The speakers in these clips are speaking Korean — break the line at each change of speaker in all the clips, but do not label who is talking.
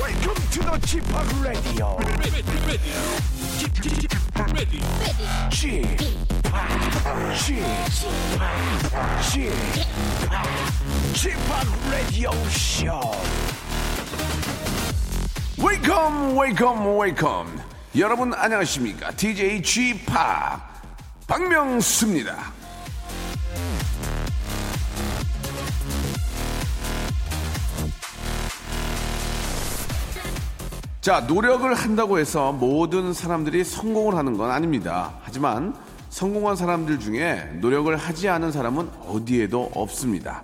Welcome to the Chip Radio.
ready, ready, ready, ready.
Chip, Chip, Chip, Chip Radio Show. Welcome, welcome, welcome. 여러분 안녕하십니까? DJ Chip 박명수입니다. 자, 노력을 한다고 해서 모든 사람들이 성공을 하는 건 아닙니다. 하지만 성공한 사람들 중에 노력을 하지 않은 사람은 어디에도 없습니다.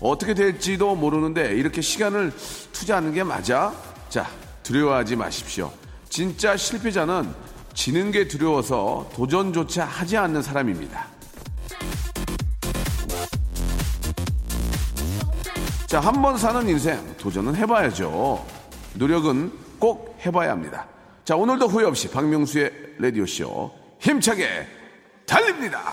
어떻게 될지도 모르는데 이렇게 시간을 투자하는 게 맞아? 자, 두려워하지 마십시오. 진짜 실패자는 지는 게 두려워서 도전조차 하지 않는 사람입니다. 자, 한 번 사는 인생 도전은 해봐야죠. 노력은 꼭 해봐야 합니다. 자, 오늘도 후회 없이 박명수의 라디오쇼 힘차게 달립니다.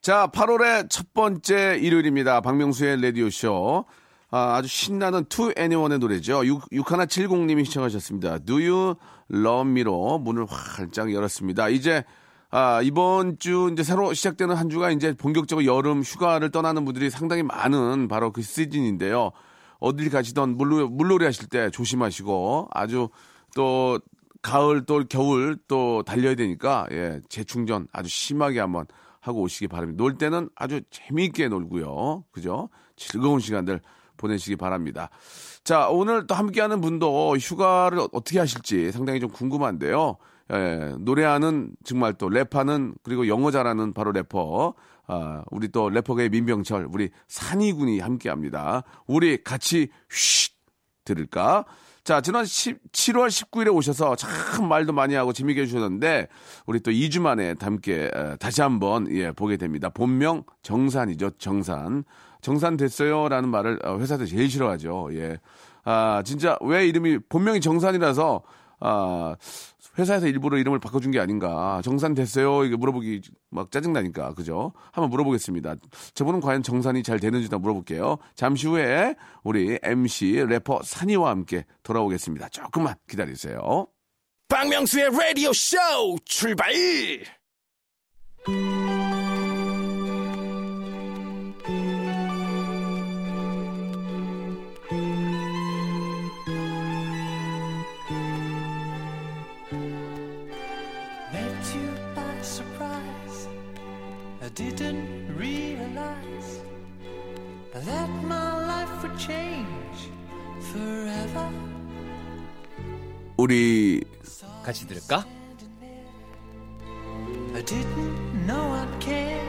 자, 8월의 첫 번째 일요일입니다. 박명수의 라디오쇼. 아, 주 신나는 투 애니원의 노래죠. 6170님이 시청하셨습니다. Do You Love Me로 문을 활짝 열었습니다. 이제 아, 이번 주 이제 새로 시작되는 한 주가 이제 본격적으로 여름 휴가를 떠나는 분들이 상당히 많은 바로 그 시즌인데요. 어딜 가시던 물놀이, 물놀이 하실 때 조심하시고 아주 또 가을 또 겨울 또 달려야 되니까 예, 재충전 아주 심하게 한번 하고 오시기 바랍니다. 놀 때는 아주 재미있게 놀고요. 그죠? 즐거운 시간들 보내시기 바랍니다. 자, 오늘 또 함께하는 분도 휴가를 어- 어떻게 하실지 상당히 좀 궁금한데요. 예, 노래하는 정말 또 랩하는 그리고 영어 잘하는 바로 래퍼 아, 우리 또 래퍼계의 민병철 우리 산이 군이 함께합니다. 우리 같이 쉿 들을까? 자, 지난 7월 19일에 오셔서 참 말도 많이 하고 재미있게 해주셨는데, 우리 또 2주 만에 담게, 에, 다시 한번, 예, 보게 됩니다. 본명 정산이죠, 정산. 정산 됐어요? 라는 말을 어, 회사에서 제일 싫어하죠, 예. 아, 진짜 왜 이름이, 본명이 정산이라서, 아, 회사에서 일부러 이름을 바꿔준 게 아닌가. 정산 됐어요? 이게 물어보기 막 짜증나니까. 그죠? 한번 물어보겠습니다. 저분은 과연 정산이 잘 되는지도 한번 물어볼게요. 잠시 후에 우리 MC 래퍼 산이와 함께 돌아오겠습니다. 조금만 기다리세요.
박명수의 라디오 쇼 출발!
Met you by surprise. I didn't realize that my life would change forever.
우리
같이 들을까?
I didn't know I'd care.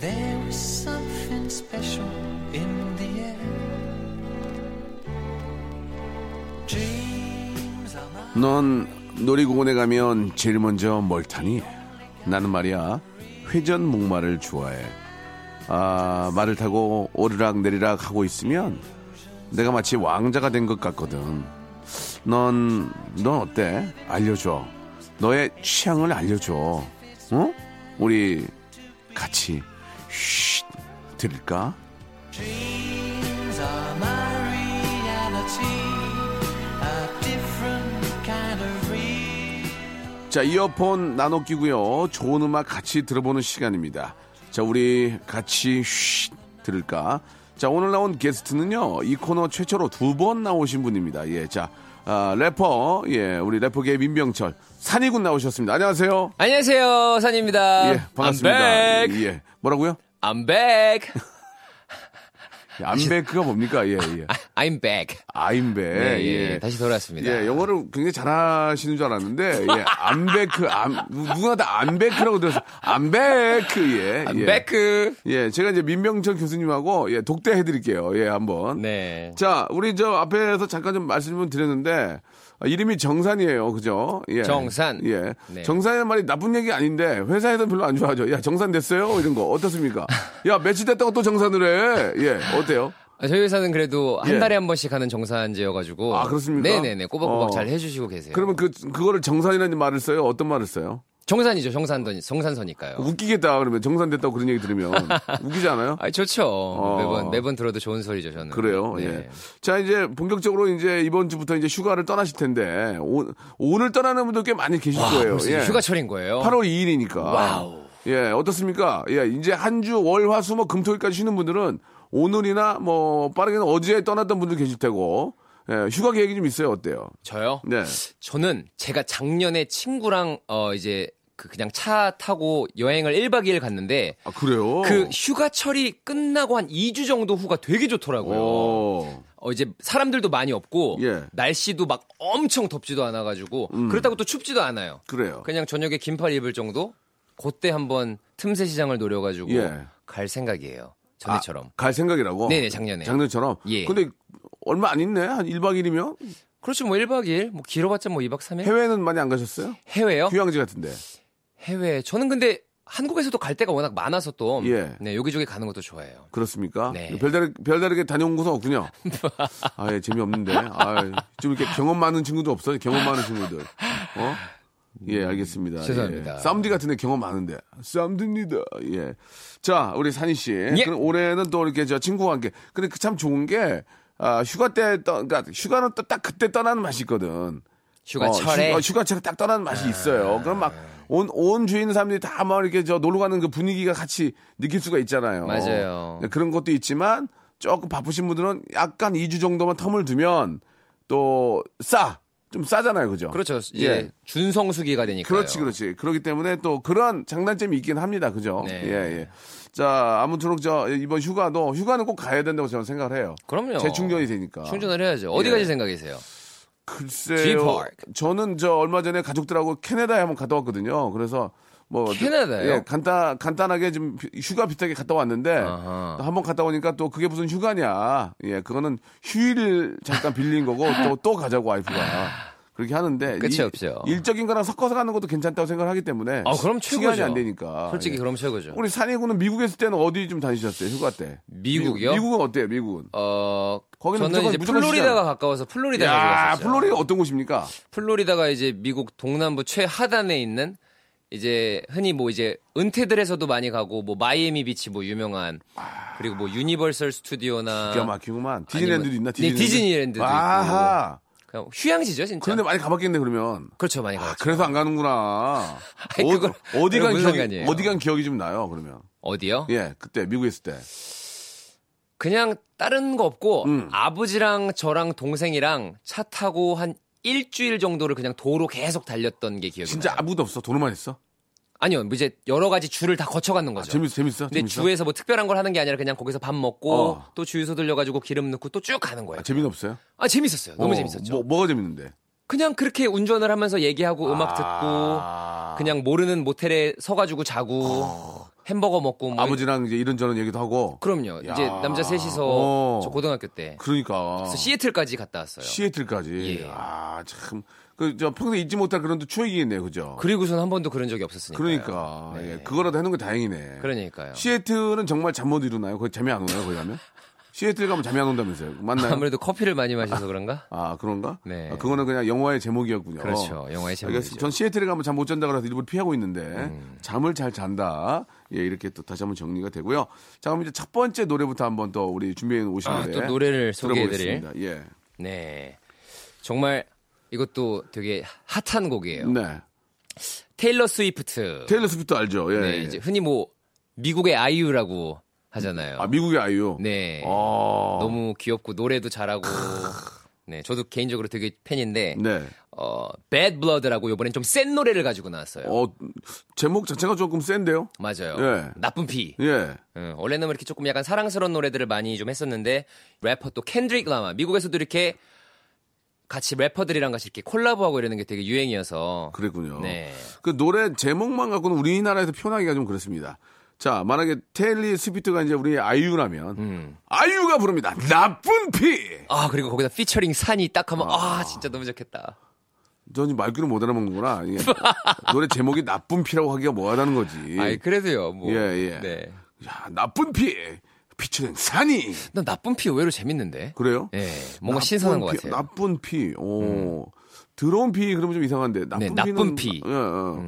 There was something special in the air. Dreams are mine.
넌 놀이공원에 가면 제일 먼저 뭘 타니? 나는 말이야 회전 목마를 좋아해. 아 말을 타고 오르락 내리락 하고 있으면 내가 마치 왕자가 된 것 같거든. 넌, 넌 어때? 알려줘. 너의 취향을 알려줘. 어? 우리 같이 쉿 들을까?
Dreams are my reality, a different kind of reality.
자, 이어폰 나눠 끼고요. 좋은 음악 같이 들어보는 시간입니다. 자, 우리 같이 쉿 들을까? 자, 오늘 나온 게스트는요. 이 코너 최초로 두 번 나오신 분입니다. 예, 자, 아, 래퍼, 예, 우리 래퍼계의 민병철, 산이군 나오셨습니다. 안녕하세요.
안녕하세요, 산입니다.
예, 반갑습니다.
I'm back.
예, 뭐라고요?
I'm back.
예, 암백크가 뭡니까? 예, 예.
아, I'm back.
아임백.
네, 예,
예.
다시 돌아왔습니다.
예, 영어를 굉장히 잘하시는 줄 알았는데, 예, 암베크, 암, 누구나 다 암베크라고 들어서, 암베크, 예.
I'm
예.
back.
예, 제가 이제 민병철 교수님하고 예, 독대해 드릴게요. 예, 한번.
네.
자, 우리 저 앞에서 잠깐 좀 말씀을 드렸는데 아, 이름이 정산이에요. 그죠? 예.
정산.
예.
네.
정산이란 말이 나쁜 얘기 아닌데 회사에서 별로 안 좋아하죠. 야, 정산 됐어요? 이런 거 어떻습니까? 야, 며칠 됐다고 또 정산을 해. 예. 어때요?
아, 저희 회사는 그래도
예.
한 달에 한 번씩 하는 정산제여가지고.
아, 그렇습니까?
네네네. 꼬박꼬박
어.
잘 해주시고 계세요.
그러면 그 그거를 정산이라는 말을 써요? 어떤 말을 써요?
정산이죠. 정산선 정산서니까요.
웃기겠다 그러면 정산됐다고 그런 얘기 들으면 웃기지 않아요?
아 좋죠.
어.
매번 매번 들어도 좋은 소리죠. 저는.
그래요.
네.
예. 자 이제 본격적으로 이제 이번 주부터 이제 휴가를 떠나실 텐데 오, 오늘 떠나는 분들 꽤 많이 계실
아,
거예요.
벌써
예.
휴가철인 거예요.
8월 2일이니까.
와우.
예, 어떻습니까? 예, 이제 한 주 월, 화, 수, 목, 금, 토일까지 쉬는 분들은 오늘이나 뭐 빠르게는 어제 떠났던 분들 계실 테고, 예, 휴가 계획이 좀 있어요. 어때요?
저요?
네.
저는 제가 작년에 친구랑 어 이제 그 그냥 차 타고 여행을 1박 2일 갔는데
아, 그래요?
그 휴가철이 끝나고 한 2주 정도 후가 되게 좋더라고요.
오.
어 이제 사람들도 많이 없고
예. 음.
날씨도 막 엄청 덥지도 않아 가지고 그렇다고 또 춥지도 않아요.
그래요.
그냥 저녁에 긴팔 입을 정도? 그때 한번 틈새 시장을 노려 가지고
예.
갈 생각이에요. 전에처럼.
아, 갈 생각이라고?
네네, 작년에.
작년처럼?
예.
근데 얼마 안 있네? 한 1박 2일이면?
그렇죠. 뭐 1박 2일, 뭐 길어봤자 뭐 2박 3일?
해외는 많이 안 가셨어요?
해외요?
휴양지 같은데.
해외. 저는 근데 한국에서도 갈 데가 워낙 많아서 또
예.
네, 여기저기 가는 것도 좋아해요.
그렇습니까?
네.
별다르, 별다르게 다녀온 곳은 없군요. 아, 예, 재미없는데. 아, 좀 이렇게 경험 많은 친구도 없어요. 경험 많은 친구들. 어? 예, 알겠습니다.
음, 죄송합니다.
예. 쌈디 같은데 경험 많은데. 쌈디입니다. 예. 자, 우리 산희 씨.
예.
그럼 올해는 또 이렇게 저 친구와 함께. 근데 그 참 좋은 게, 아, 휴가 때, 떠, 그러니까 휴가는 또 딱 그때 떠나는 맛이 있거든.
휴가철에 예.
어, 휴가, 휴가철에 딱 떠나는 맛이 있어요. 그럼 막. 온, 온 주인 사람들이 다 막 이렇게 저 놀러 가는 그 분위기가 같이 느낄 수가 있잖아요.
맞아요.
네, 그런 것도 있지만 조금 바쁘신 분들은 약간 2주 정도만 텀을 두면 또 싸. 좀 싸잖아요. 그죠?
그렇죠. 이제
예.
준성수기가 되니까.
그렇지, 그렇지. 그렇기 때문에 또 그런 장단점이 있긴 합니다. 그죠?
네.
예, 예. 자, 아무쪼록 저 이번 휴가도 휴가는 꼭 가야 된다고 저는 생각을 해요.
그럼요.
재충전이 되니까.
충전을 해야죠. 어디
예.
가실 생각이세요?
글쎄요.
G-Park.
저는 저 얼마 전에 가족들하고 캐나다에 한번 갔다 왔거든요. 그래서 뭐
캐나다요?
예, 간단 간단하게 좀 휴가 비슷하게 갔다 왔는데
아하.
한 번 갔다 오니까 또 그게 무슨 휴가냐? 예, 그거는 휴일 잠깐 빌린 거고 또 또 가자고 와이프가 그렇게 하는데
끝이
이-
없죠.
일적인 거랑 섞어서 가는 것도 괜찮다고 생각하기 때문에
아,
시간이
그럼 최고죠.
안 되니까.
아, 솔직히
예.
그럼 최고죠.
우리 산이군은 미국에 있을 때는 어디 좀 다니셨어요? 휴가 때?
미국이요?
미, 국은 어때요? 미국은?
어,
거기는
저는 이제
무조건
플로리다가
시장.
가까워서 플로리다
야,
가서
플로리다 어떤 곳입니까?
플로리다가 이제 미국 동남부 최하단에 있는 이제 흔히 뭐 이제 은퇴들에서도 많이 가고 뭐 마이애미 비치 뭐 유명한 그리고 뭐 유니버설 스튜디오나
기가 막히구만. 디즈니랜드도 있나?
어. 네, 디즈니랜드도 있고.
아하.
그냥 휴양지죠 진짜.
그런데 많이 가봤겠네 그러면.
그렇죠 많이 가.
아,
요
그래서 안 가는구나.
아니, 그걸-
어, 디
그럼
간
무슨
기억이
상관이에요?
어디 간 기억이 좀 나요 그러면.
어디요?
예, 그때 미국에 있을 때.
그냥 다른 거 없고
음.
아버지랑 저랑 동생이랑 차 타고 한 일주일 정도를 그냥 도로 계속 달렸던 게 기억이
진짜
나요.
아무도 없어. 도로만 있어.
아니요, 뭐 이제 여러 가지 줄을 다 거쳐가는 거죠.
아, 재밌어, 재밌어.
근데
재밌어?
주에서 뭐 특별한 걸 하는 게 아니라 그냥 거기서 밥 먹고
어.
또 주유소 들려가지고 기름 넣고 또 쭉 가는 거예요.
아, 재미는 없어요.
아 재밌었어요. 너무
어,
재밌었죠.
뭐, 뭐가 재밌는데?
그냥 그렇게 운전을 하면서 얘기하고 음악 듣고
아,
그냥 모르는 모텔에 서가지고 자고 햄버거 먹고 뭐
어. 아버지랑 이제 이런저런 얘기도 하고.
그럼요. 이제
야.
남자 셋이서
어.
저 고등학교 때
그러니까.
그래서 시애틀까지 갔다 왔어요.
시애틀까지.
예.
아, 참. 그, 저 평생 잊지 못할 그런 또 추억이 있네요. 그죠?
그리고선 한 번도 그런 적이 없었으니까.
그러니까.
네.
예, 그거라도 해놓은 게 다행이네.
그러니까요.
시애틀은 정말 잠 못 이루나요? 거기 잠이 안 오나요? 거기 가면? 시애틀 가면 잠이 안 온다면서요? 맞나요?
아무래도 커피를 많이 마셔서 그런가?
아 그런가?
네.
아, 그거는 그냥 영화의 제목이었군요.
그렇죠. 영화의 제목이죠. 음.
알겠습니다. 전 시애틀에 가면 잠 못 잔다 그래서 일부러 피하고 있는데 잠을 잘 잔다. 예, 이렇게 또 다시 한번 정리가 되고요. 자, 그럼 이제 첫 번째 노래부터 한번 또 우리 준비해 오신
아,
노래
또 노래를 소개해드릴.
들어보겠습니다. 예.
네. 정말 이것도 되게 핫한 곡이에요.
네.
테일러 스위프트.
테일러 스위프트 알죠? 예.
네,
예.
이제 흔히 뭐 미국의 아이유라고 하잖아요.
아 미국의 아이유.
네.
아.
너무 귀엽고 노래도 잘하고. 네, 저도 개인적으로 되게 팬인데
네.
어, Bad Blood라고 이번엔 좀 센 노래를 가지고 나왔어요.
어 제목 자체가 조금 센데요.
맞아요.
예.
나쁜 피.
예.
응, 원래는 뭐 이렇게 조금 약간 사랑스러운 노래들을 많이 좀 했었는데 래퍼 또 켄드릭 라마 미국에서도 이렇게 같이 래퍼들이랑 같이 이렇게 콜라보하고 이러는 게 되게 유행이어서
그랬군요.
네.
그 노래 제목만 갖고는 우리나라에서 표현하기가 좀 그렇습니다. 자, 만약에 테일리 스피트가 이제 우리 아이유라면
음.
아이유가 부릅니다. 나쁜 피.
아 그리고 거기다 피처링 산이 딱 하면 아, 진짜 너무 좋겠다.
저는 말귀를 못 알아먹는구나. 이게 노래 제목이
예.
나쁜 피라고 하기가 뭐하다는 거지.
아이 그래도요. 뭐
예, 예.
네.
야, 나쁜 피.
비치는 산이.
난 나쁜 피 의외로 재밌는데.
그래요?
예, 뭔가
나쁜
신선한 것
피,
같아요. 음.
나쁜 피. 오. 더러운 피 그러면 좀 이상한데 나쁜
네,
피는
나쁜 피. 음.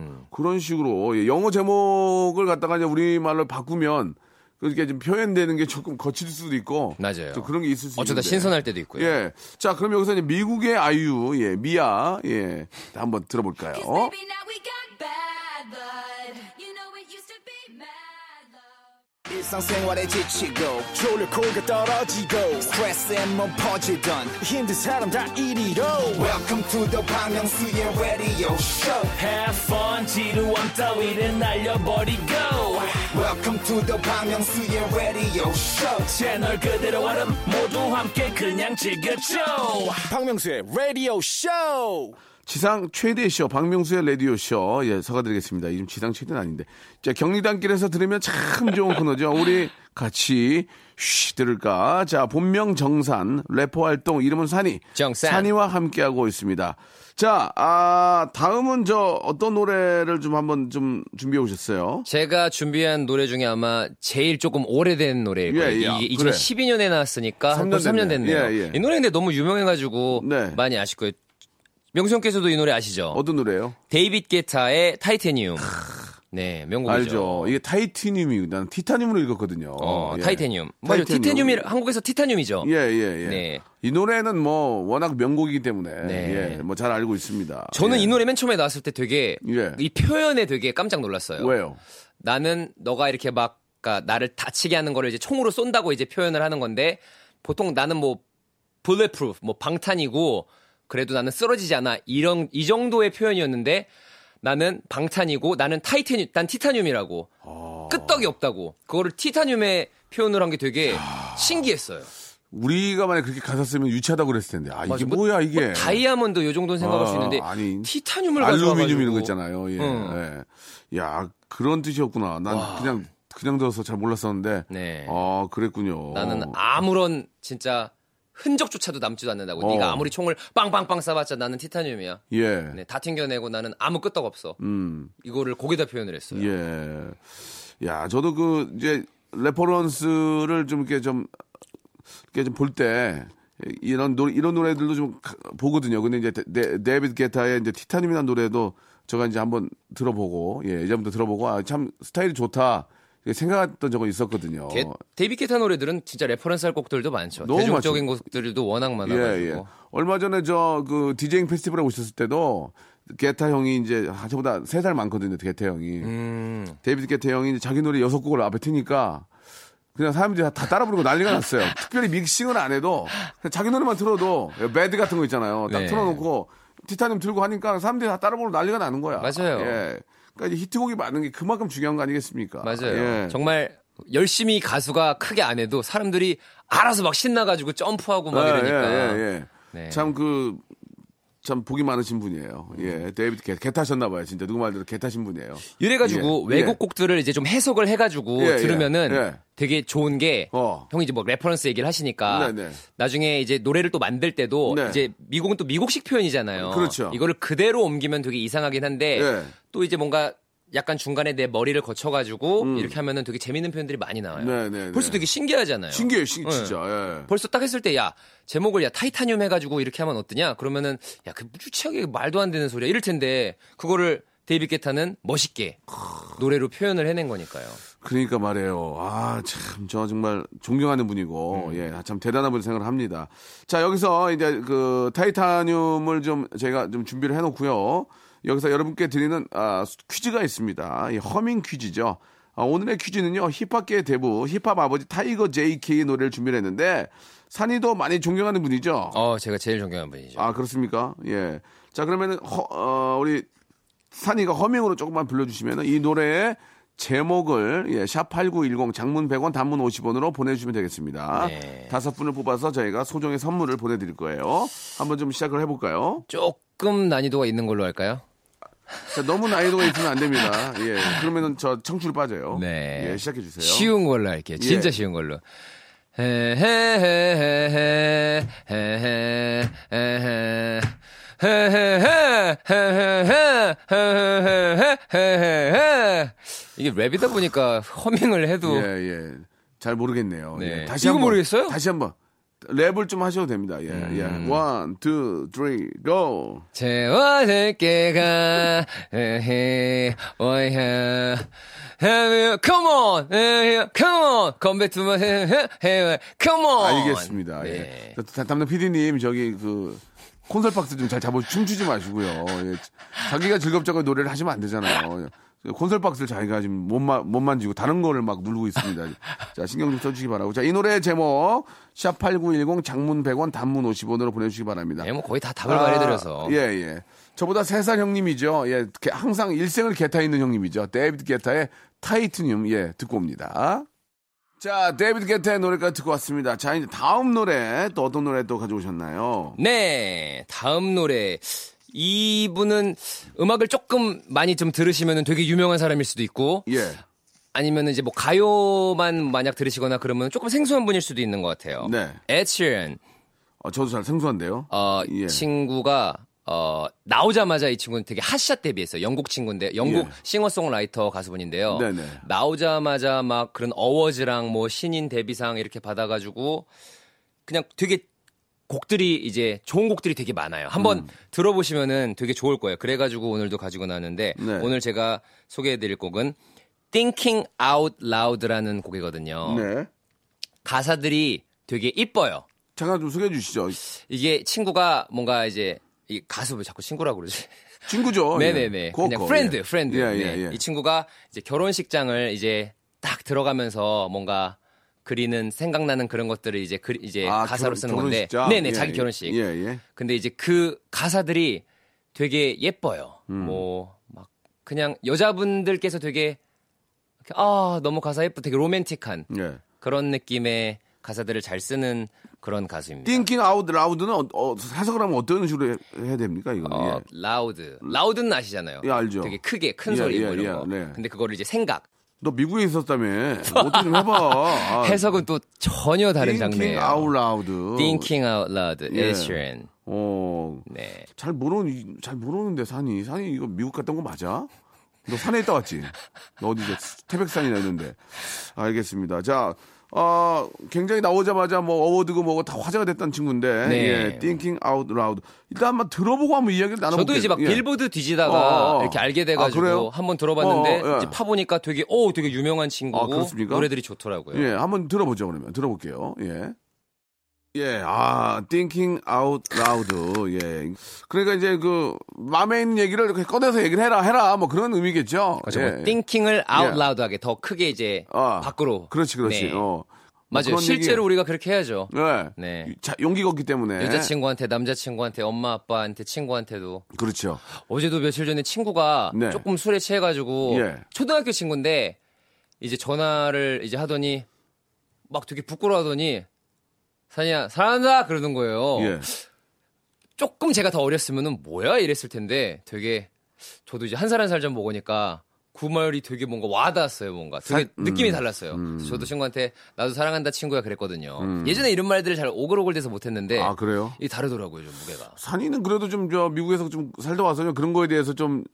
예, 예. 그런 식으로 예, 영어 제목을 갖다가 이제 우리 말로 바꾸면 그렇게 좀 표현되는 게 조금 거칠 수도 있고
맞아요.
또 그런 게 있을 수
어쩌다
있는데.
신선할 때도 있고요.
예. 자, 그럼 여기서 이제 미국의 아이유, 예, 미아, 예, 한번 들어볼까요?
Oh.
Cause baby, now we got bad blood. You know it used to be mad love.
일상생활에 지치고, 졸려 코가 떨어지고, 스트레스에 몸 퍼지던, 힘든 사람 다 이리로. welcome to the Bang Myung-soo's radio show
Have fun 지루함 따위를 날려버리고
welcome to the Bang Myung-soo's radio show
채널 그대로 얼음 모두 함께 그냥 즐겨줘
박명수의 radio show
지상 최대 쇼, 박명수의 라디오 쇼, 예, 사과드리겠습니다. 요즘 지상 최대는 아닌데. 자, 경리단길에서 들으면 참 좋은 코너죠. 우리 같이, 쉬, 들을까. 자, 본명 정산, 래퍼 활동, 이름은 산이.
정산.
산이와 함께하고 있습니다. 자, 아, 다음은 저 어떤 노래를 좀 한번 좀 준비해 오셨어요?
제가 준비한 노래 중에 아마 제일 조금 오래된 노래일 거예요.
예, 예.
이게
그래.
2012년에 나왔으니까 한번
3년
3년
됐네.
됐네요.
예, 예.
이 노래 근데 너무 유명해가지고
네.
많이 아실 거예요. 명수 형께서도 이 노래 아시죠?
어떤 노래예요?
데이빗 게타의 타이타니움. 네, 명곡이죠.
알죠. 이게 타이티늄이, 난 티타늄으로 읽었거든요.
어,
예.
타이타니움. 맞아요.
타이타늄.
티타늄이 한국에서 티타늄이죠.
예, 예, 예.
어. 네.
이 노래는 뭐 워낙 명곡이기 때문에
네.
예, 뭐 잘 알고 있습니다.
저는
예.
이 노래 맨 처음에 나왔을 때 되게
예.
이 표현에 되게 깜짝 놀랐어요.
왜요?
나는 너가 이렇게 막 그러니까 나를 다치게 하는 거를 이제 총으로 쏜다고 이제 표현을 하는 건데 보통 나는 뭐 bulletproof 뭐 방탄이고 그래도 나는 쓰러지지 않아 이런 이 정도의 표현이었는데 나는 방탄이고 나는 타이타늄 난 티타늄이라고
아.
끄떡이 없다고 그거를 티타늄의 표현을 한 게 되게 신기했어요.
우리가 만약 그렇게 가사 쓰면 유치하다고 그랬을 텐데. 아, 이게
맞아. 뭐-
뭐야, 이게.
뭐 다이아몬드 요 정도는 생각할 수
아,
있는데
아니.
티타늄을 가져와가지고
알루미늄 이런 거 있잖아요. 예.
음.
예. 야, 그런 뜻이었구나. 난 그냥 그냥 들어서 잘 몰랐었는데.
네.
아, 그랬군요.
나는 아무런 진짜 흔적조차도 남지도 않는다고.
어.
네가 아무리 총을 빵빵빵 쏴봤자 나는 티타늄이야.
예.
네, 다 튕겨내고 나는 아무 끄떡 없어. 이거를 거기다 표현을 했어요.
음. 예. 야, 저도 그 이제 레퍼런스를 좀 이렇게 좀 이렇게 좀 볼 때 이런 노래 이런 노래들도 좀 가- 보거든요. 근데 이제 데, 데이빗 게타의 이제 티타늄이라는 노래도 제가 이제 한번 들어보고 예, 예전부터 들어보고 아, 참 스타일이 좋다. 이렇게 생각했던 적은 있었거든요.
게- 데이비 케타 노래들은 진짜 레퍼런스 할 곡들도 많죠.
어. 너무
대중적인 곡들도 워낙 많아가지고.
예, 예. 얼마 전에 저 그 디제잉 페스티벌에 오셨을 때도 게타 형이 이제 아, 저보다 세 살 많거든요. 게타 형이.
음.
데이비드 게타 형이 이제 자기 노래 여섯 곡을 앞에 트니까 그냥 사람들이 다 따라 부르고 난리가 났어요. 특별히 믹싱을 안 해도 그냥 자기 노래만 틀어도 매드 같은 거 있잖아요. 딱
네.
틀어놓고 티타늄 틀고 하니까 사람들이 다 따라 부르고 난리가 나는 거야.
맞아요.
예. 그러니까 이제 히트곡이 많은 게 그만큼 중요한 거 아니겠습니까?
맞아요.
예.
정말 열심히 가수가 크게 안 해도 사람들이 알아서 막 신나가지고 점프하고 막
예,
이러니까.
예, 예, 예.
네.
참 그, 참 복이 많으신 분이에요. 예. 데이비드 개, 개 타셨나봐요. 진짜 누구 말대로 개 타신 분이에요.
이래가지고
예,
외국
예.
곡들을 이제 좀 해석을 해가지고
예, 예,
들으면은
예.
되게 좋은 게
어.
형이 이제 뭐 레퍼런스 얘기를 하시니까
네, 네.
나중에 이제 노래를 또 만들 때도
네.
이제 미국은 또 미국식 표현이잖아요.
그렇죠.
이거를 그대로 옮기면 되게 이상하긴 한데
예.
또 이제 뭔가 약간 중간에 내 머리를 거쳐가지고 이렇게 하면은 되게 재밌는 표현들이 많이 나와요.
음. 네, 네, 네.
벌써 되게 신기하잖아요.
신기해요, 신,
예.
진짜. 예.
벌써 딱 했을 때 야 제목을 야 타이타늄 해가지고 이렇게 하면 어떠냐 그러면은 야그 유치하게 말도 안 되는 소리야 이럴 텐데 그거를 데이비 게타는 멋있게 노래로 표현을 해낸 거니까요.
그러니까 말이에요. 아, 참, 저 정말 존경하는 분이고, 예, 참 대단한 분 생각을 합니다. 자, 여기서 이제 그 타이타늄을 좀 제가 좀 준비를 해놓고요. 여기서 여러분께 드리는 아, 퀴즈가 있습니다. 이 허밍 퀴즈죠. 아, 오늘의 퀴즈는요, 힙합계의 대부, 힙합 아버지 타이거 JK의 노래를 준비를 했는데, 산이도 많이 존경하는 분이죠.
어 제가 제일 존경하는 분이죠.
아, 그렇습니까? 예. 자, 그러면은, 허- 어, 우리 산이가 허밍으로 조금만 불러주시면 이 노래의 제목을 예, 샵8910 장문 100원 단문 50원으로 보내주시면 되겠습니다.
네.
다섯 분을 뽑아서 저희가 소정의 선물을 보내드릴 거예요. 한번 좀 시작을 해볼까요?
조금 난이도가 있는 걸로 할까요?
자, 너무 난이도가 있으면 안 됩니다. 예. 그러면은 저 청출 빠져요.
네.
예, 시작해주세요.
쉬운 걸로 할게요. 진짜 쉬운 걸로. 이게 랩이다 보니까 허밍을
예,
해도
예. 잘 모르겠네요.
네.
예, 다시
이거
한번,
모르겠어요? 음.
다시 한번 랩을 좀 하셔도 됩니다. 예, 예. One, two, three, go.
채워줄 게가 에헤 오야 헤헤 come on 헤헤 come on come back to my 헤헤 헤헤 come on
알겠습니다.
네.
예. 다- 담당 PD님 저기 그 콘솔 박스 좀 잘 잡아 춤추지 마시고요. 예. 자기가 즐겁자고 노래를 하시면 안 되잖아요. 예. 콘솔 박스를 자기가 지금 못, 마, 못 만지고 다른 거를 막 누르고 있습니다. 자 신경 좀 써주시기 바라고. 자 이 노래 제목 샵 #8910 장문 100원, 단문 50원으로 보내주시기 바랍니다.
네, 뭐 거의 다 답을 말해드려서
아, 예, 예. 저보다 세 살 형님이죠. 예, 게- 항상 일생을 게타 있는 형님이죠. 데이비드 게타의 타이트늄, 예, 듣고 옵니다. 자, 데이비드 게타의 노래까지 듣고 왔습니다. 자, 이제 다음 노래, 또 어떤 노래 또 가져오셨나요?
네 다음 노래 이분은 음악을 조금 많이 좀 들으시면 되게 유명한 사람일 수도 있고
예.
아니면 이제 뭐 가요만 만약 들으시거나 그러면 조금 생소한 분일 수도 있는 것 같아요
네.
에치런
어, 저도 잘 생소한데요.
어, 이
예.
친구가 어, 나오자마자 이 친구는 되게 핫샷 데뷔했어요. 영국 친구인데 영국
예.
싱어송라이터 가수분인데요.
네네.
나오자마자 막 그런 어워즈랑 뭐 신인 데뷔상 이렇게 받아가지고 그냥 되게 곡들이 이제 좋은 곡들이 되게 많아요. 한번
음.
들어보시면은 되게 좋을 거예요. 그래가지고 오늘도 가지고 나왔는데
네.
오늘 제가 소개해드릴 곡은 Thinking Out Loud라는 곡이거든요.
네.
가사들이 되게 이뻐요.
잠깐 좀 소개해 주시죠.
이게 친구가 뭔가 이제 이 가수 왜 자꾸 친구라고 그러지?
친구죠. 예.
네네네.
그거,
그냥
그거,
프렌드,
예.
프렌드.
예,
네.
예, 예.
이 친구가 이제 결혼식장을 이제 딱 들어가면서 뭔가 그리는 생각나는 그런 것들을 이제 그 이제
아,
가사로
결혼-
쓰는 건데,
결혼식장?
네네
예,
자기
예.
결혼식.
예, 예.
근데 이제 그 가사들이 되게 예뻐요.
음.
뭐 막 그냥 여자분들께서 되게 이렇게 아 너무 가사 예쁘, 되게 로맨틱한
예.
그런 느낌의 가사들을 잘 쓰는 그런 가수입니다.
Thinking out loud는 어, 어, 해석을 하면 어떤 식으로 해, 해야 됩니까? 이거는.
어,
예.
라우드. 라우드는 아시잖아요.
예, 알죠.
되게 크게 큰
예,
소리 뭐
예,
이런
예,
거.
네.
근데 그거를 이제 생각.
너 미국에 있었다며. 어떻게 좀 해봐. 아,
해석은 또 전혀 다른 장르예요.
Thinking out loud.
Thinking out loud.
예.
예. 에시런.
어,
네.
잘 모르는 잘 모르는데 산이 산이 이거 미국 갔던 거 맞아? 너 산에 있다 왔지? 너 어디 저 태백산이나 있는데 알겠습니다. 자, 어, 굉장히 나오자마자 뭐 어워드고 뭐고 다 화제가 됐던 친구인데,
네.
예, Thinking Out Loud. 일단 한번 들어보고 한번 이야기를 예. 나눠.
저도 이제 막 빌보드 뒤지다가
어, 어.
이렇게 알게
아,
돼가지고
그래요?
한번 들어봤는데
어, 어, 예.
이제 파보니까 되게 오 되게 유명한 친구고
아, 그렇습니까?
노래들이 좋더라고요.
예, 한번 들어보죠 그러면 들어볼게요. 예. 예, 아, thinking out loud. 예. 그러니까 이제 그, 마음에 있는 얘기를 이렇게 꺼내서 얘기를 해라, 해라. 뭐 그런 의미겠죠.
그렇죠.
예.
뭐 thinking을 out
예.
loud하게 더 크게 이제
아,
밖으로.
그렇지, 그렇지.
네.
어. 뭐
맞아요.
그런
실제로
얘기-
우리가 그렇게 해야죠.
예.
네.
자, 용기가 없기 때문에.
여자친구한테, 남자친구한테, 엄마, 아빠한테, 친구한테도
그렇죠.
어제도 며칠 전에 친구가
네.
조금 술에 취해가지고
예.
초등학교 친구인데 이제 전화를 이제 하더니 막 되게 부끄러워하더니 사니야 사랑한다 그러는 거예요.
예.
조금 제가 더 어렸으면은 뭐야 이랬을 텐데 되게 저도 이제 한 살 한 살 좀 먹으니까 그 말이 되게 뭔가 와닿았어요 뭔가 되게
살- 음, 음.
느낌이 달랐어요. 그래서 저도 친구한테 나도 사랑한다 친구야 그랬거든요. 예전에 이런 말들을 잘 오글오글대서 못했는데
아, 그래요?
이 다르더라고요 좀 무게가.
산이는 그래도 좀 저 미국에서 좀 살다 와서요. 그런 거에 대해서 좀,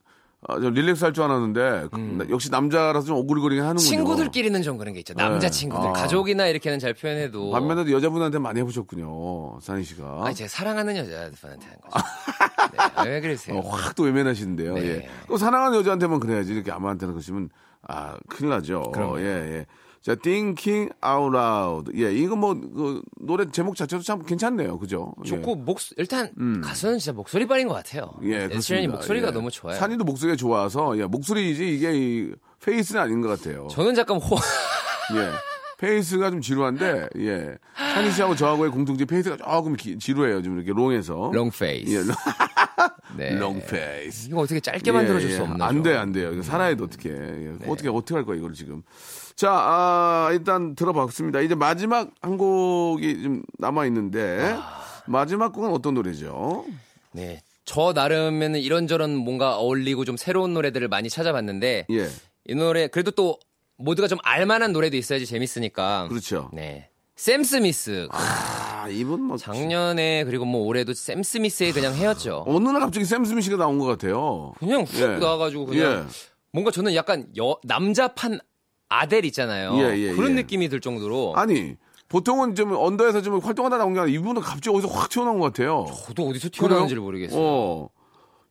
아, 좀 릴렉스 할 줄 알았는데. 그- 나- 역시 남자라서 좀 오글거리긴 하는군요.
음. 친구들끼리는 좀 그런 게 있죠. 남자 친구들,
아.
가족이나 이렇게는 잘 표현해도.
반면에도 여자분한테 많이 해보셨군요. 산이 씨가.
아니, 제가 사랑하는 여자분한테 하는 거죠. 네, 왜 그러세요?
어, 확 또 외면하시는데요.
네.
예. 또 사랑하는 여자한테만 그래야지 이렇게 아무한테나 그러시면 아 큰일 나죠.
그럼요.
예 예. 자, Thinking Out Loud. 예, 이거 뭐, 그, 노래 제목 자체도 참 괜찮네요. 그죠? 예.
좋고, 목 일단, 가수는 진짜 목소리 발인 것 같아요.
예, 그렇습니다.
에스트레이 목소리가
예.
너무 좋아요.
산이도 목소리가 좋아서, 예, 목소리이지 이게 이 페이스는 아닌 것 같아요.
저는 잠깐 호,
예. 페이스가 좀 지루한데, 예. 산이 씨하고 저하고의 공통점 페이스가 조금 기- 지루해요. 좀 이렇게 롱해서.
롱페이스.
예, 롱,
네.
롱 페이스.
이거 어떻게 짧게 만들어줄 수 네. 없나?
예, 안 돼, 안 돼요. 이거 살아야도 어떻게. 어떻게, 어떻게 할 거야, 이걸 지금. 자, 아, 일단 들어봤습니다. 이제 마지막 한 곡이 좀 남아있는데, 마지막 곡은 어떤 노래죠?
네. 저 나름에는 이런저런 뭔가 어울리고 좀 새로운 노래들을 많이 찾아봤는데,
예.
이 노래, 그래도 또, 모두가 좀 알만한 노래도 있어야지 재밌으니까.
그렇죠.
네. 샘 스미스.
아, 이분 뭐.
작년에 그리고 뭐 올해도 샘 스미스의 그냥 해였죠.
어느 날 갑자기 샘 스미시가 나온 것 같아요.
그냥 훅
예.
나와가지고 그냥
예.
뭔가 저는 약간 여, 남자판 아델 있잖아요.
예, 예,
그런
예.
느낌이 들 정도로
아니 보통은 좀 언더에서 좀 활동하다 나온 게 아니라 이분은 갑자기 어디서 확 튀어나온 것 같아요.
저도 어디서
그래요?
튀어나온지를 모르겠어요.
어.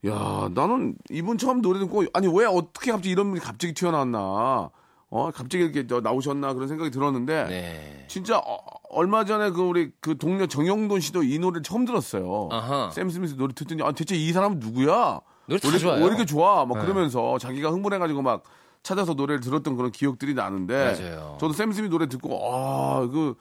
야, 나는 이분 처음 노래 듣고 아니 왜 어떻게 갑자기 이런 분이 갑자기 튀어나왔나? 어, 갑자기 이렇게 저 나오셨나 그런 생각이 들었는데
네.
진짜 어, 얼마 전에 그 우리 그 동료 정영돈 씨도 이 노래를 처음 들었어요.
아하.
샘 스미스 노래 듣더니 아 대체 이 사람은 누구야?
노래 다
왜, 이렇게-
좋아요. 네.
왜 이렇게 좋아? 막 그러면서 자기가 흥분해가지고 막 찾아서 노래를 들었던 그런 기억들이 나는데
맞아요.
저도 샘 스미스 노래 듣고 아그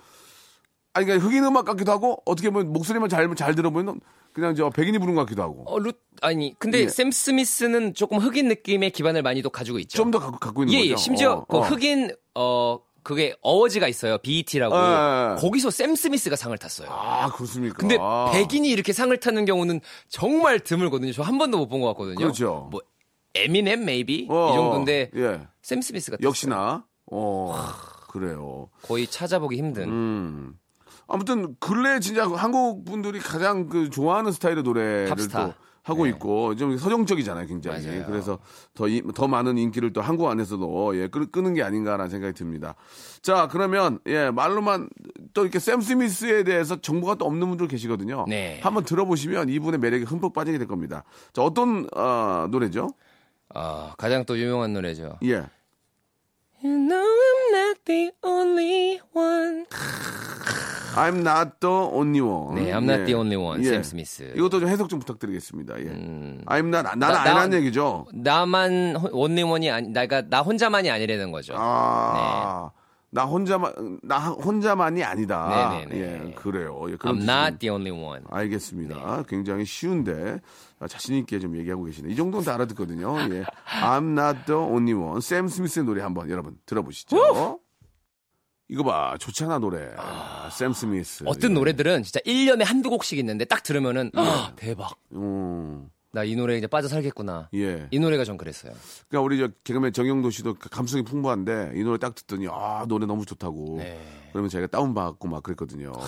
아니 그러니까 흑인 음악 같기도 하고 어떻게 보면 목소리만 잘 잘 들어보면 그냥 저 백인이 부른 것 같기도 하고
어, 루, 아니, 근데
예.
샘 스미스는 조금 흑인 느낌의 기반을 많이 또 가지고 있죠.
좀 더 갖고, 갖고 있는
예,
거죠.
예. 심지어
어,
그
어.
흑인 어 그게 어워즈가 있어요. BET라고.
예, 예.
거기서 샘 스미스가 상을 탔어요.
아 그렇습니까?
근데
아.
백인이 이렇게 상을 타는 경우는 정말 드물거든요. 저 한 번도 못 본 것 같거든요.
그렇죠.
뭐 에미넴 maybe
어,
이 정도인데
예.
샘 스미스가 탔어요.
역시나 어 그래요.
거의 찾아보기 힘든.
음. 아무튼 근래 진짜 한국 분들이 가장 그 좋아하는 스타일의 노래를
팝스타. 네.
또 하고 있고 좀 서정적이잖아요, 굉장히.
맞아요.
그래서 더, 이- 더 많은 인기를 또 한국 안에서도 예, 끄, 끄는 게 아닌가라는 생각이 듭니다. 자, 그러면 예, 말로만 또 이렇게 샘 스미스에 대해서 정보가 또 없는 분들 계시거든요.
네.
한번 들어보시면 이분의 매력에 흠뻑 빠지게 될 겁니다. 자, 어떤 어, 노래죠?
아, 가장 또 유명한 노래죠.
예.
You know I'm not the only one.
I'm not the only one.
네, I'm not the only one,
예.
샘 스미스. 음.
이것도 좀 해석 좀 부탁드리겠습니다. 예. I'm not, 나는
나- 나-
아니라는 얘기죠.
나만 원리원이 아니 내가 나 혼자만이 아니라는 거죠.
아, 나 혼자만, 나 혼자만이 아니다.
네. 네네네.
예, 그래요. 예, 그런
I'm
뜻입니다.
not 네. the only one.
아, 알겠습니다. 굉장히 쉬운데 아, 자신 있게 좀 얘기하고 계시네. 이 정도는 다 알아듣거든요. 예. I'm not the only one. 샘 스미스의 노래 한번 여러분 들어보시죠. 이거 봐, 좋잖아 노래. 샘 스미스.
어떤
예.
노래들은 진짜 1년에 한두 곡씩 있는데 딱 들으면은 아, 대박.
음,
나 이 노래에 이제 빠져 살겠구나.
예.
이 노래가 전 그랬어요.
그러니까 우리 저 개그맨 정영도 씨도 감성이 풍부한데 이 노래 딱 듣더니 아 노래 너무 좋다고 그러면 자기가 다운 받고 막 그랬거든요. 예.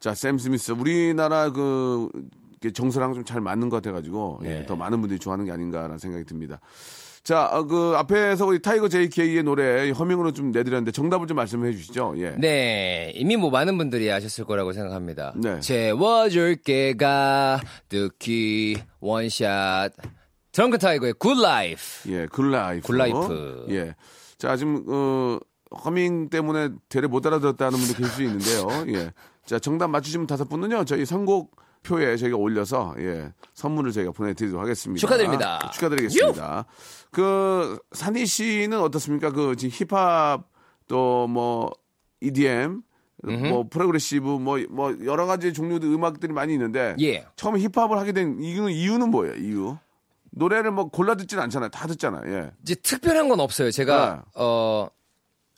자샘 스미스 우리나라 그 이렇게 정서랑 좀 잘 맞는 것 같아가지고 예, 더 많은 분들이 좋아하는 게 아닌가라는 생각이 듭니다. 자 그 앞에서 우리 타이거 JK의 노래 허밍으로 좀 내드렸는데 정답을 좀 말씀해 주시죠. 예.
네, 이미 뭐 많은 분들이 아셨을 거라고 생각합니다.
네.
재워줄게가 특히 원샷 트렁크 타이거의 굿 라이프.
예, 굿라이프.
굿라이프.
예. 자, 지금, 어, 허밍 때문에 되레 못 알아들었다는 분도 계실 수 있는데요. 예. 자, 정답 맞추시면 다섯 분은요, 저희 선곡 표에 저희가 올려서, 예, 선물을 저희가 보내드리도록 하겠습니다.
축하드립니다.
축하드리겠습니다. 그, 산희 씨는 어떻습니까? 그, 지금 힙합, 또 뭐, EDM, 뭐, 프로그레시브, 뭐, 뭐, 여러 가지 종류의 음악들이 많이 있는데,
예.
처음 힙합을 하게 된 이유는, 이유는 뭐예요, 이유? 노래를 뭐 골라 듣진 않잖아요. 다 듣잖아요. 예.
이제 특별한 건 없어요. 제가 어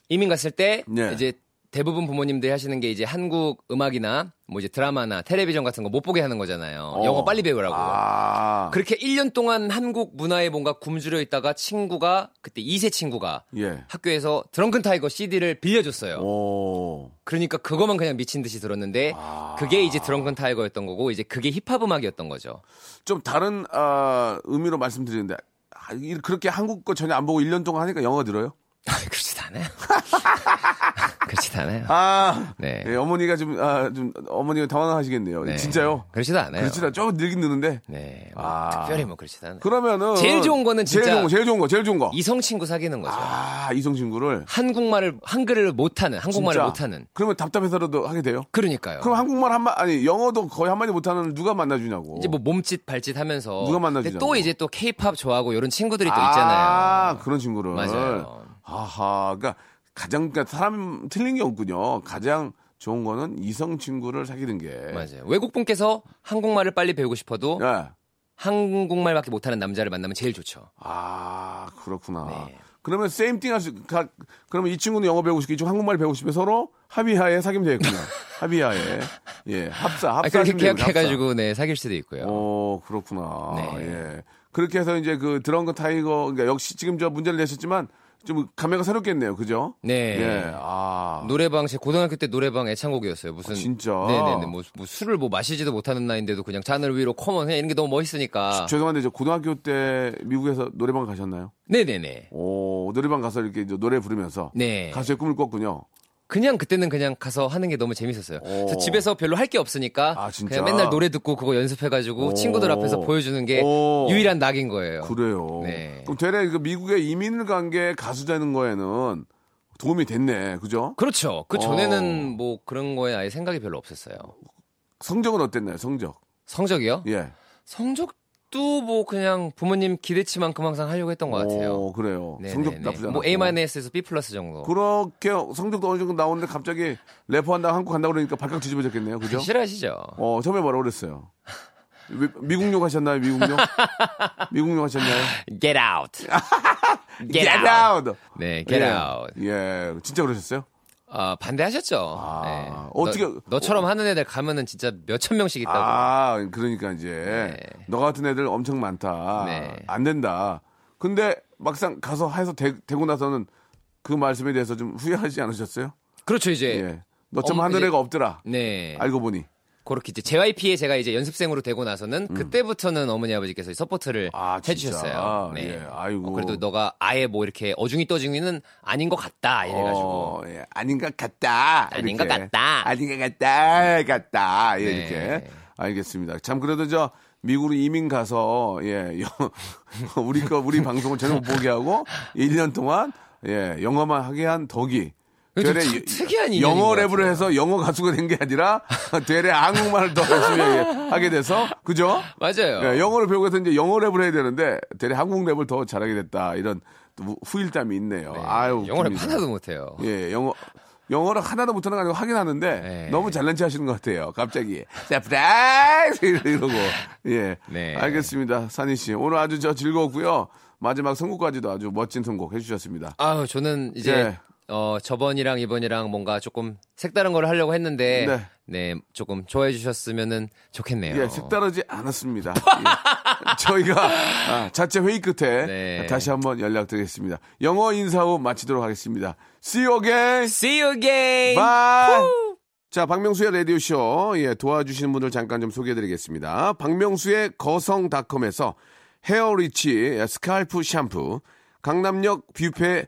이민 갔을 때
네.
이제 대부분 부모님들이 하시는 게 이제 한국 음악이나 뭐 이제 드라마나 텔레비전 같은 거 못 보게 하는 거잖아요. 영어 빨리 배우라고.
아.
그렇게 1년 동안 한국 문화에 뭔가 굶주려 있다가 친구가 그때 2세 친구가
예.
학교에서 드렁큰 타이거 CD를 빌려줬어요.
오.
그러니까 그것만 그냥 미친 듯이 들었는데
아.
그게 이제 드렁큰 타이거였던 거고 이제 그게 힙합 음악이었던 거죠.
좀 다른 아, 의미로 말씀드리는데 아, 이- 그렇게 한국 거 전혀 안 보고 1년 동안 하니까 영어 들어요?
그렇지 않아요. 그렇지 않아요.
아.
네.
예, 어머니가 좀, 아, 좀 어머니가 당황하시겠네요.
네.
진짜요?
그렇지도 않아요.
그렇지 않아. 좀 늘긴 느는데.
네. 뭐
아.
특별히 뭐 그렇지도 않아요.
그러면은
제일 좋은 거는
제일
진짜
좋은 거, 제일 좋은 거, 제일 좋은 거.
이성 친구 사귀는 거죠.
아, 이성 친구를
한국말을 한글을 못하는 한국말을
진짜.
못하는.
그러면 답답해서라도 하게 돼요?
그러니까요.
그럼 한국말 한마 아니 영어도 거의 한마디 못하는 누가 만나주냐고.
이제 뭐 몸짓 발짓 하면서
누가
근데
만나주냐고.
또 이제 또 케이팝 좋아하고 이런 친구들이 또 있잖아요.
아, 그런 친구를.
맞아요.
아하, 그러니까 가장 그러니까 사람 틀린 게 없군요. 가장 좋은 거는 이성 친구를 사귀는 게.
맞아요. 외국 분께서 한국말을 빨리 배우고 싶어도
예.
한국말밖에 못하는 남자를 만나면 제일 좋죠.
아, 그렇구나.
네.
그러면 세임 띵 할 수, 가, 그러면 이 친구는 영어 배우고 싶고 이쪽 한국말 배우고 싶으면 서로 합의하에 사귀면 되겠구나. 합의하에. 예, 합사, 합사.
아, 그렇게
하시면 되겠구나,
계약해가지고 네 사귈 수도 있고요.
합사. 어, 그렇구나.
네.
예. 그렇게 해서 이제 그 드렁큰 타이거, 그러니까 역시 지금 저 문제를 내셨지만 좀 감회가 새롭겠네요. 그죠?
네.
예. 아.
노래방 제 고등학교 때 노래방 애창곡이었어요. 무슨
진짜?
네네네. 뭐, 뭐 술을 뭐 마시지도 못하는 나인데도 그냥 잔을 위로 커먼 그냥 이런 게 너무 멋있으니까.
죄송한데 저 고등학교 때 미국에서 노래방 가셨나요?
네네네.
오, 노래방 가서 이렇게 이제 노래 부르면서
네.
가수의 꿈을 꿨군요.
그냥 그때는 그냥 가서 하는 게 너무 재밌었어요. 그래서
오.
집에서 별로 할 게 없으니까
아, 진짜?
그냥 맨날 노래 듣고 그거 연습해가지고
오.
친구들 앞에서 보여주는 게
오.
유일한 낙인 거예요.
어. 그래요.
어, 네.
그럼 되레 그 미국에 이민을 간 게 가수 되는 거에는 도움이 됐네. 그죠?
그렇죠. 그
어.
전에는 뭐 그런 거에 아예 생각이 별로 없었어요.
성적은 어땠나요? 성적.
성적이요?
예.
성적도 뭐 그냥 부모님 기대치만큼 항상 하려고 했던 것 같아요.
오, 그래요.
네네네.
성적 나쁘지 않아.
뭐 A-에서 B 플러스 정도.
그렇게 성적도 어느 정도 나오는데 갑자기 래퍼 한다 한국 간다 그러니까 발칵 뒤집어졌겠네요. 그죠?
싫어하시죠?
어, 처음에 뭐라 그랬어요? 미- 미국욕 하셨나요? 미국욕? 미국욕 하셨나요?
Get out.
Get out.
네, get
예.
out.
예, 진짜 그러셨어요?
아, 반대하셨죠. 네. 너-
어떻게-
너처럼 하는 애들 가면은 진짜 몇천 명씩 있다고.
아, 그러니까 이제 너 같은 애들 엄청 많다.
네.
안 된다. 근데 막상 가서 해서 되, 고 나서는 그 말씀에 대해서 좀 후회하지 않으셨어요?
그렇죠, 이제.
예. 너처럼
엄마,
하는
이제-
애가 없더라.
네.
알고 보니.
그렇게 이제 JYP에 제가 이제 연습생으로 되고 나서는 그때부터는 어머니 아버지께서 서포트를
음. 아, 진짜?
해주셨어요.
예, 아이고.
어, 그래도 너가 아예 뭐 이렇게 어중이 떠중이는 아닌 것 같다 이래가지고.
어, 예. 아닌 것 같다.
아닌 것
이렇게.
같다.
아닌 것 같다. 같다. 예,
네.
이렇게. 알겠습니다. 참, 그래도 저, 미국으로 이민 가서, 예, 여- 우리 거, 우리 방송을 전혀 못 보게 하고, 1년 동안, 예, 영어만 하게 한 덕이.
이거 좀
되레
참 특이한 인연인 것
영어 랩을
같아요.
해서 영어 가수가 된 게 아니라, 되레 한국말을 더 열심히 하게- 하게 돼서, 그죠?
맞아요.
예, 영어를 배우고 해서 이제 영어 랩을 해야 되는데, 되레 한국 랩을 더 잘하게 됐다. 이런 후- 후일담이 있네요. 아유.
영어를
웃깁니다.
하나도 못해요.
예, 영어 영어를 하나도 못하는 거 아니고 하긴 하는데
네.
너무 잘난 체 하시는 것 같아요. 갑자기 서프라이즈 이러고 예,
네.
알겠습니다. 산희 씨 오늘 아주 저 즐거웠고요. 마지막 선곡까지도 아주 멋진 선곡 해주셨습니다.
아유, 저는 이제
예.
어, 저번이랑 이번이랑 뭔가 조금 색다른 걸 하려고 했는데
네.
네, 조금 좋아해 주셨으면은 좋겠네요.
예, 색다르지 않았습니다. 예. 저희가 아, 자체 회의 끝에
네.
다시 한번 연락드리겠습니다. 영어 인사 후 마치도록 하겠습니다. See you again.
See you again.
바이. 자, 박명수의 라디오쇼. 예, 도와주시는 분들 잠깐 좀 소개해드리겠습니다. 박명수의 거성닷컴에서 헤어리치 예, 스칼프 샴푸, 강남역 뷔페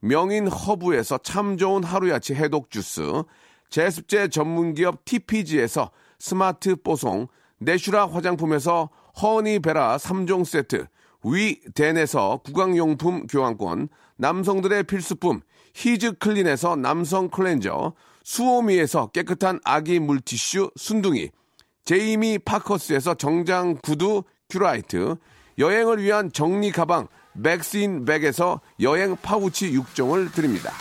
명인 허브에서 참 좋은 하루야치 해독 주스, 제습제 전문기업 TPG에서 스마트 뽀송, 내슈라 화장품에서 허니베라 3종 세트, 위덴에서 구강용품 교환권, 남성들의 필수품 히즈클린에서 남성 클렌저, 수오미에서 깨끗한 아기 물티슈 순둥이, 제이미 파커스에서 정장 구두 큐라이트, 여행을 위한 정리 가방 맥스인 백에서 여행 파우치 6종을 드립니다.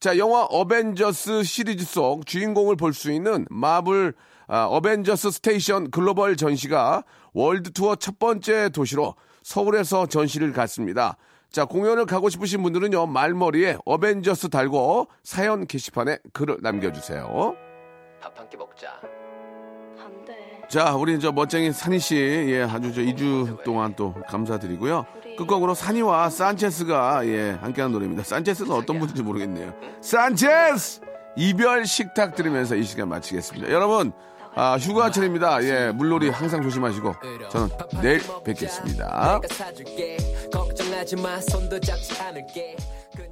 자, 영화 어벤져스 시리즈 속 주인공을 볼 수 있는 마블 아, 어벤져스 스테이션 글로벌 전시가 월드 투어 첫 번째 도시로 서울에서 전시를 갔습니다. 자, 공연을 가고 싶으신 분들은요, 말머리에 어벤져스 달고 사연 게시판에 글을 남겨주세요.
밥 한 끼 먹자.
자, 우리 저 멋쟁이 산희 씨, 예, 아주 저 2주 동안 또 감사드리고요. 끝곡으로 산이와 산체스가, 예, 함께하는 노래입니다. 산체스는 어떤 분인지 모르겠네요. 산체스! 이별 식탁 들으면서 이 시간 마치겠습니다. 여러분, 아, 휴가철입니다. 예, 물놀이 항상 조심하시고, 저는 내일 뵙겠습니다.
내가 사줄게 걱정하지 마 손도 잡지 않을게 그냥-